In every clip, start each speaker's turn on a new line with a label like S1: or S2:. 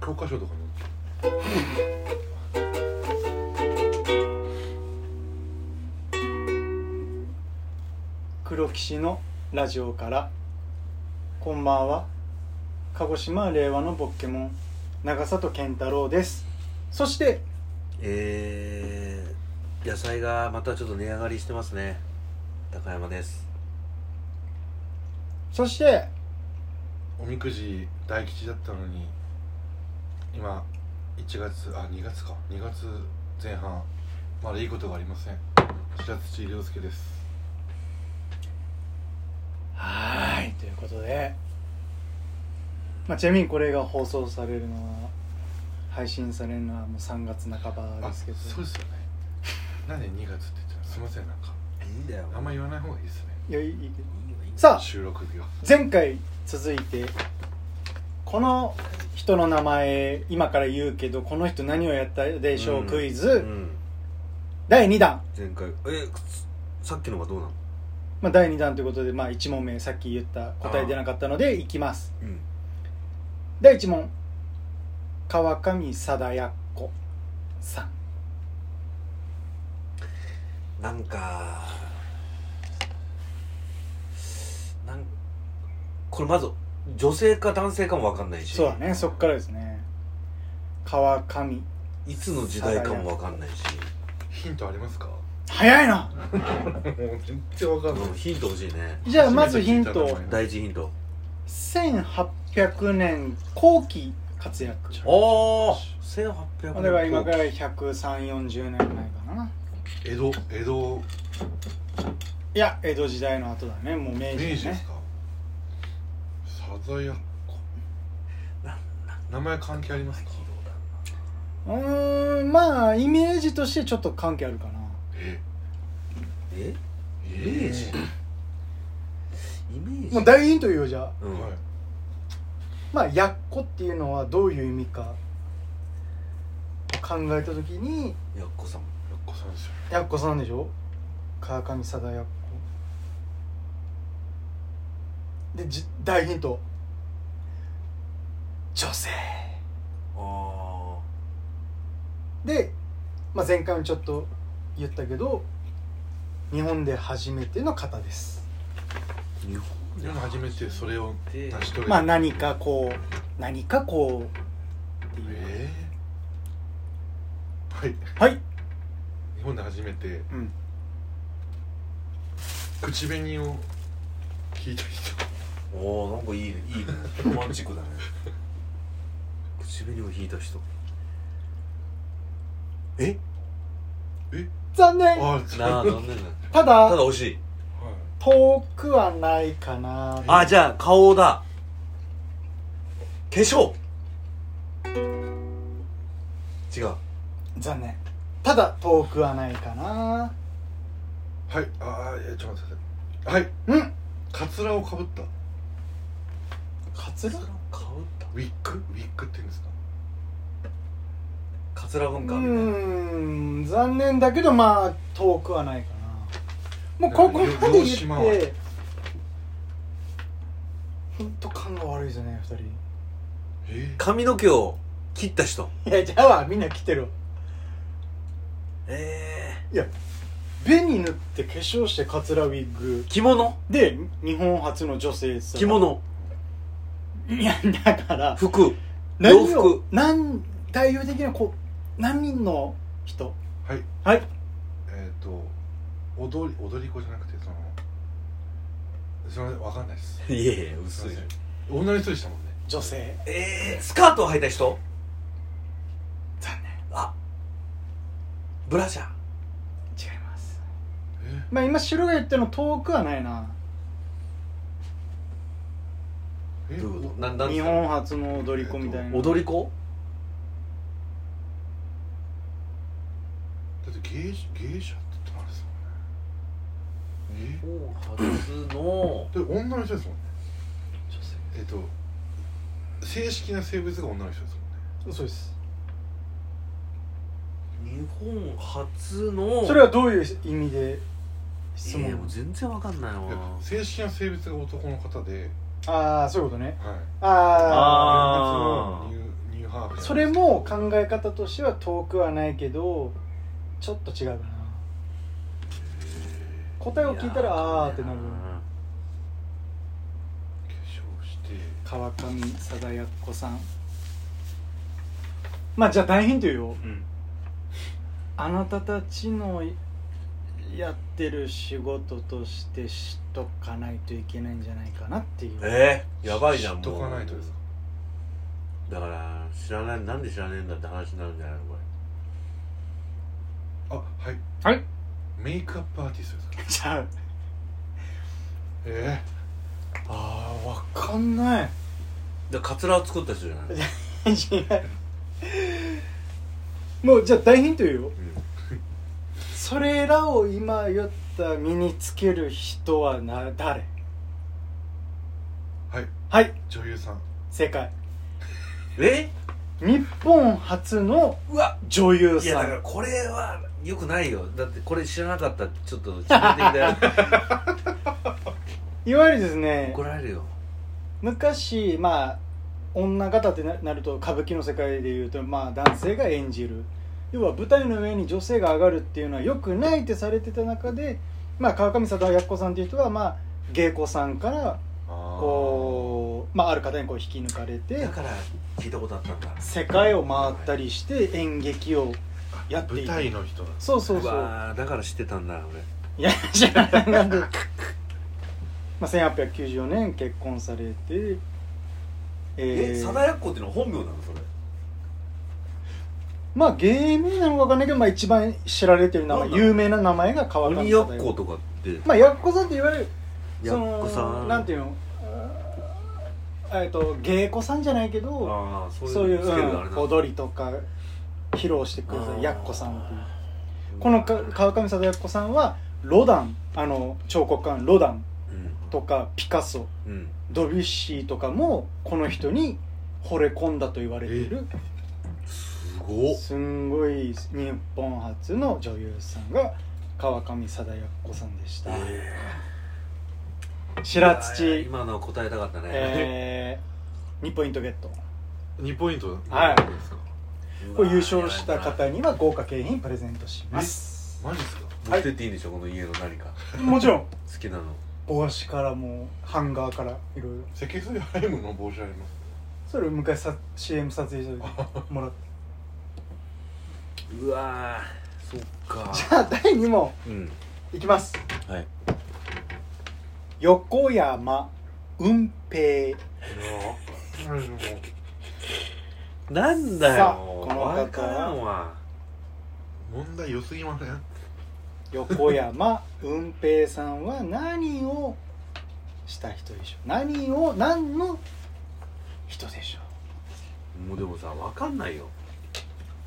S1: 教科書とかに
S2: 黒騎士のラジオからこんばんは鹿児島令和のポケモン長里健太郎ですそして
S3: えー、野菜がまたちょっと値上がりしてますね高山です
S2: そして
S1: おみくじ大吉だったのに今1月あ2月か2月前半まだいいことがありません白土亮介です
S2: はーいということで、まあ、ちなみにこれが放送されるのは配信されるのはもう3月半ば
S1: あ
S2: です
S1: そう
S2: けど
S1: ですよねなんで2月って言ってたのすいませんなんか
S3: いいんだよ
S1: あんま言わない方がいいですね
S2: いやいいいい
S3: さ
S2: さあ
S1: 収録日は
S2: 前回続いてこの人の名前今から言うけどこの人何をやったでしょう、クイズ、
S3: うん、
S2: 第2弾、
S3: 前回えさっきのがどうなの
S2: まあ、第2弾ということで、まあ、1問目さっき言った答え出なかったのでいきます
S3: うん
S2: 第1問川上貞奴さん
S3: なんかなんこれまず女性か男性かも分かんないし
S2: そうだねそっからですね川上
S3: いつの時代かも分かんないし
S1: ヒントありますか
S2: 早いな
S1: もう全然わかんない
S3: うんヒント欲しいね
S2: じゃあまずヒン
S1: 初めて聞い
S2: ト
S1: た名前
S3: 第一ヒント
S2: 1800年後期活躍
S3: おお
S2: だ
S3: 1800年
S2: から今から13040年前かな
S1: 江戸江戸
S2: いや江戸時代の後だねもう明治
S1: 明治
S2: ね
S1: ですかサザヤコ
S3: な
S1: 名前関係ありますか
S2: うーんまあイメージとしてちょっと関係あるかな
S1: え
S3: え
S1: え
S3: 明治イメージ
S2: もう大ヒント言うよじゃあ
S3: うん
S1: はい
S2: まあやっこっていうのはどういう意味か考えた時に
S3: やっこさん
S1: やっこさんですよ
S2: やっこさんでしょ川上貞やっこでじ大ヒント女性
S3: あ
S2: で、まあ、前回もちょっと言ったけど日本で初めての方です
S3: あ日本
S1: 今初めてそれを出し取れ
S2: まあ何かこう何かこうっていう
S1: ええはい
S2: はい、
S1: 日本で初めて
S2: うん、
S1: 口紅を聞いた人
S3: おおなんかいいね いいねロマンチックだね口紅を引いた人え
S2: 残念
S1: あ
S3: なあ
S1: そう
S3: 残念だ
S2: た
S3: ただ
S2: だ
S3: 惜しい
S1: はい
S2: 遠くはないかな
S3: あじゃあ顔だ化粧違う
S2: 残念ただ遠くはないかな
S1: はい、ああ、いやちょっと待ってください。はい、
S2: うん
S1: カツラをかぶった。ウ
S2: カツラ
S3: 顔だ
S1: ィッグ、ウィッグって言うんですか。
S3: カツラ
S2: う
S3: 文化あるね
S2: ーん残念だけどまあ遠くはないかなもうここまで
S1: よし
S2: 言
S1: ま
S2: っ
S1: わ
S2: て本当感が悪いですね二人
S1: え
S3: 髪の毛を切った人
S2: いやじゃあみんな来てる
S3: ええ
S2: 紅塗って化粧してカツラウィッグ
S3: 着物
S2: で日本初の女性さ
S3: 着物
S2: いやだから
S3: 服
S2: 何を
S3: 洋服
S2: なん代表的なこう何の人
S1: ー、はい、
S2: はい
S1: えっ、ー、と、踊り、踊り子じゃなくて、その。すみません、わかんないです。
S3: いえいえ
S1: す
S3: 薄
S1: み
S3: い
S1: ません。女の人でしたもんね。
S2: 女性
S3: えー、スカートを履いた人
S2: 残念
S3: あブラジャー
S2: 違います
S1: え
S2: まあ今白が言ったの遠くはないな
S1: え
S3: どういうことななん
S2: 日本初の踊り子みたいな
S3: 踊り子
S1: おだって芸者、芸者って言ってもあれですもんね。
S3: 初の
S1: えで、女の人ですもんね。
S3: 女性
S1: えっ、と。正式な性別が女の人ですもんね。
S2: そうです
S3: 日本初の
S2: それはどういう意味で質
S3: えー、
S2: 問
S3: もう全然わかんない
S1: いや
S3: わ
S1: 正式な性別が男の方で。
S2: ああそういうことね
S1: はい。
S2: あ
S3: あー
S1: 入入ニューハーフじゃないですか
S2: それも考え方としては遠くはないけどちょっと違うかな答えを聞いたらあーってなる
S1: 化粧して
S2: 川上貞奴さんまあじゃあ大ヒント言うよ
S1: うん
S2: あなたたちのやってる仕事として知っとかないといけないんじゃないかなっていう
S3: えー、やばいじゃんもう
S1: 知っとかないとですか
S3: だから知らないなんで知らねえんだって話になるんじゃないの こ
S1: あはい
S2: はい
S1: メイクアップアーティストですか
S2: じゃあ
S1: え
S3: れああわ
S2: わかんない
S3: だからカツラを作った人じゃない、うん、
S2: 違う もうじゃあ大ヒント言うよそれらを今言った身につける人はな誰
S1: ー、はい
S2: はい
S1: 女優さん
S2: 正解
S3: え
S2: 日本初の
S3: うわ
S2: 女優
S3: いや
S2: さ
S3: だから
S2: ん
S3: これはよくないよだってこれ知らなかったらちょっと致命的だよ
S2: いわゆるですね
S3: 怒られるよ
S2: 昔まあ女方ってななると歌舞伎の世界でいうと、まあ、男性が演じる要は舞台の上に女性が上がるっていうのは良くないってされてた中で、まあ、川上貞奴さんっていう人は、まあ、芸妓さんからこうまあ、ある方にこう引き抜かれて
S3: だから聞いたことあったんだ
S2: 世界を回ったりして演劇を
S1: う
S2: やって
S1: 舞
S2: いく
S1: 台の人なんです
S2: そうそう
S3: う
S2: そう
S3: わーだから知ってたんだ俺
S2: いや知らないなんで、まあ、1894年結婚されてえー
S3: ダヤっ子っていうのは本名なのそれ
S2: まあ芸名なのかわかんないけど、まあ、一番知られてる名
S3: な
S2: 前
S3: んだろう
S2: 有名な名前が川上
S3: 鬼やっ子とかって
S2: まあやっこさんって言われる
S3: やっこさ
S2: その
S3: ん
S2: なんていうのあーえっと芸妓さんじゃないけど
S3: ああそういう
S2: そういう
S3: つけるのあれ
S2: う
S3: なん
S2: ん
S3: だ
S2: 踊りとか披露してくれ
S3: あ
S2: た
S3: ー
S2: やっこさんっていうこのか川上貞奴さんはロダンあの彫刻家のロダンとかピカソ
S3: うんうん
S2: ドビュッシーとかもこの人に惚れ込んだと言われている
S3: すごっ
S2: すんごい日本初の女優さんが川上貞奴さんでした、
S3: え
S2: 白
S3: いやいや
S2: 土
S3: 今の答えたかったね、
S2: えー、2ポイントゲット
S1: 2ポイント
S2: はい
S1: ですか
S2: これ優勝した
S3: うわ
S2: 方には豪華景品プレゼントします
S1: マジですか
S3: ー持ってっていいんでしょこの家の何か
S2: もちろん
S3: 好きなの
S2: 帽子からもうハンガーからいろいろ
S1: 脊髄ハイムの帽子あります
S2: それを昔さ CM 撮影してもらっ
S3: うわーそっか
S2: たじゃあ第2問
S3: うん
S2: いきます
S3: はい
S2: 横山運平
S1: いやーもう
S3: なんだ
S2: さあ
S3: よ
S2: この方は
S3: わからんわ
S1: 問題良すぎません
S2: 横山運平さんは何をした人でしょう何を何の人でしょ
S3: もうでもさわかんないよ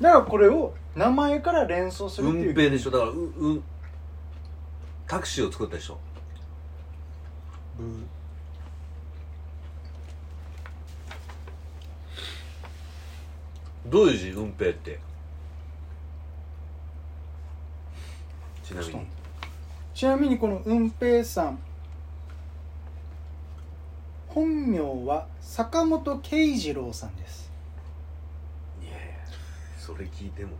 S2: うだからこれを名前から連想するってい
S3: 運
S2: う
S3: 平でしょだからううんタクシーを作ったでしょ
S2: ブー
S3: どういう字運平ってちなみに
S2: ちなみにこの運平さん本名は坂本慶次郎さんです
S3: いやいやそれ聞いても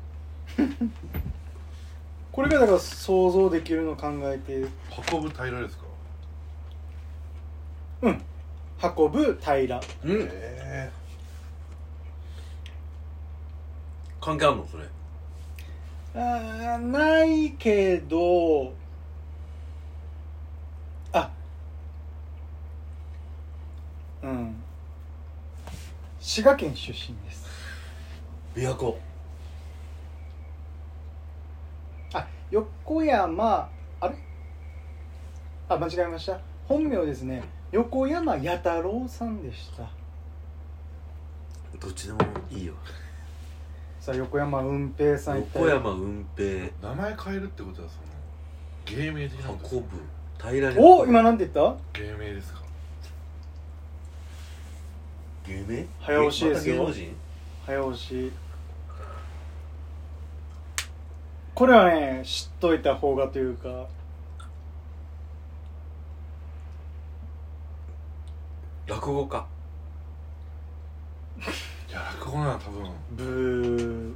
S2: これがだから想像できるのを考えて
S1: 運ぶ平らですか
S2: うん運ぶ平
S3: うん
S1: え
S3: 関係あんのそれ
S2: あーないけどあうん滋賀県出身です
S3: 琵琶湖
S2: あ横山あれあ間違えました本名ですね横山弥太郎さんでした
S3: どっちでもいいよ
S2: さあ横山運平さん一体
S3: 横山運平
S1: ー名前変えるってことはその芸名的なことです
S3: 運ぶ平らに
S2: お今なんて言った
S1: 芸名ですか
S3: 芸名
S2: 早押しですよ
S3: また芸能人
S2: 早押しこれはね知っといた方がというか
S3: 落語家
S1: いやや落語なら多分
S2: ブー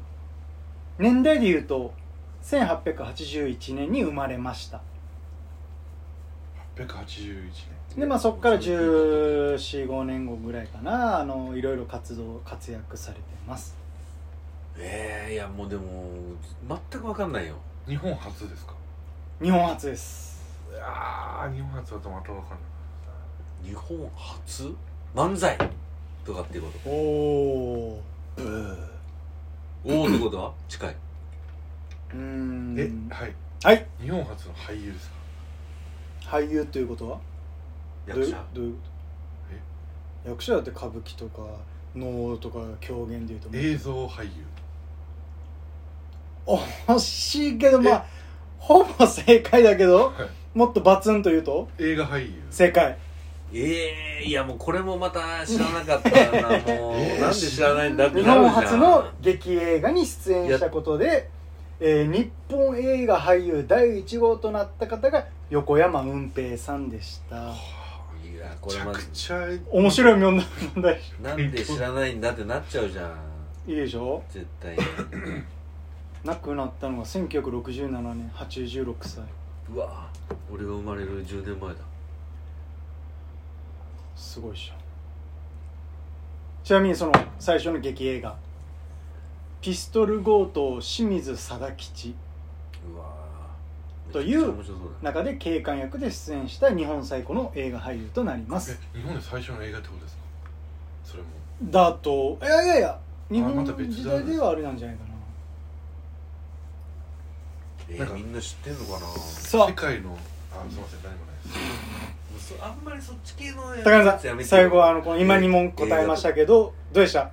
S2: 年代でいうと1881年に生まれました
S1: 881年
S2: でまあそこから1415年後ぐらいかなあのいろいろ活動活躍されてます
S3: ええいやもうでも全く分かんないよ
S1: 日本初ですか
S2: 日本初です
S1: いやー日本初だとまた分かんない
S3: 日本初漫才とかっていうこと
S2: おおブ
S3: おおってことは近い
S2: ーうーん
S1: えはい
S2: はい
S1: 日本初の俳優ですか
S2: 俳優ということは
S3: 役者
S2: どういうどういうこと役者だって歌舞伎とか能とか狂言でいうと
S1: 映像俳優
S2: 惜しいけどまあほぼ正解だけど
S1: はい
S2: もっとバツンと言うと
S1: 映画俳優
S2: 正解
S3: ええいやもうこれもまた知らなかった なもう、
S1: えー
S3: なんで知らないんだって
S2: 日
S3: なる
S2: 本
S3: じゃん
S2: 初の劇映画に出演したことで、えー日本映画俳優第1号となった方が横山雲平さんでした
S3: いやこ
S1: めち
S3: れ
S1: ゃ
S3: ま
S1: くちゃ
S2: 面白い問題問題
S3: なんで知らないんだってなっちゃうじゃん
S2: いいでしょ
S3: 絶対に
S2: 亡くなったのが1967年86歳
S3: うわ俺が生まれる10年前だ
S2: すごいっしょちなみにその最初の劇映画「ピストル強盗清水貞吉
S3: うわ
S2: という
S3: めちゃくちゃ面白そう」だ
S2: 中で警官役で出演した日本最古の映画俳優となります
S1: え日本で最初の映画ってことですかそれも
S2: だといやいやいや日
S1: ま
S2: 本
S1: た別
S2: 時
S1: だね
S2: 代ではあれなんじゃないかな
S3: え
S1: なんか
S3: ー、みんな知ってんのかな
S2: さ
S1: 世
S2: あ
S1: 界のあすいません何もないです
S3: あんまりそっち系の
S2: 高野さん最後はあのこの今に問答えましたけどどうでした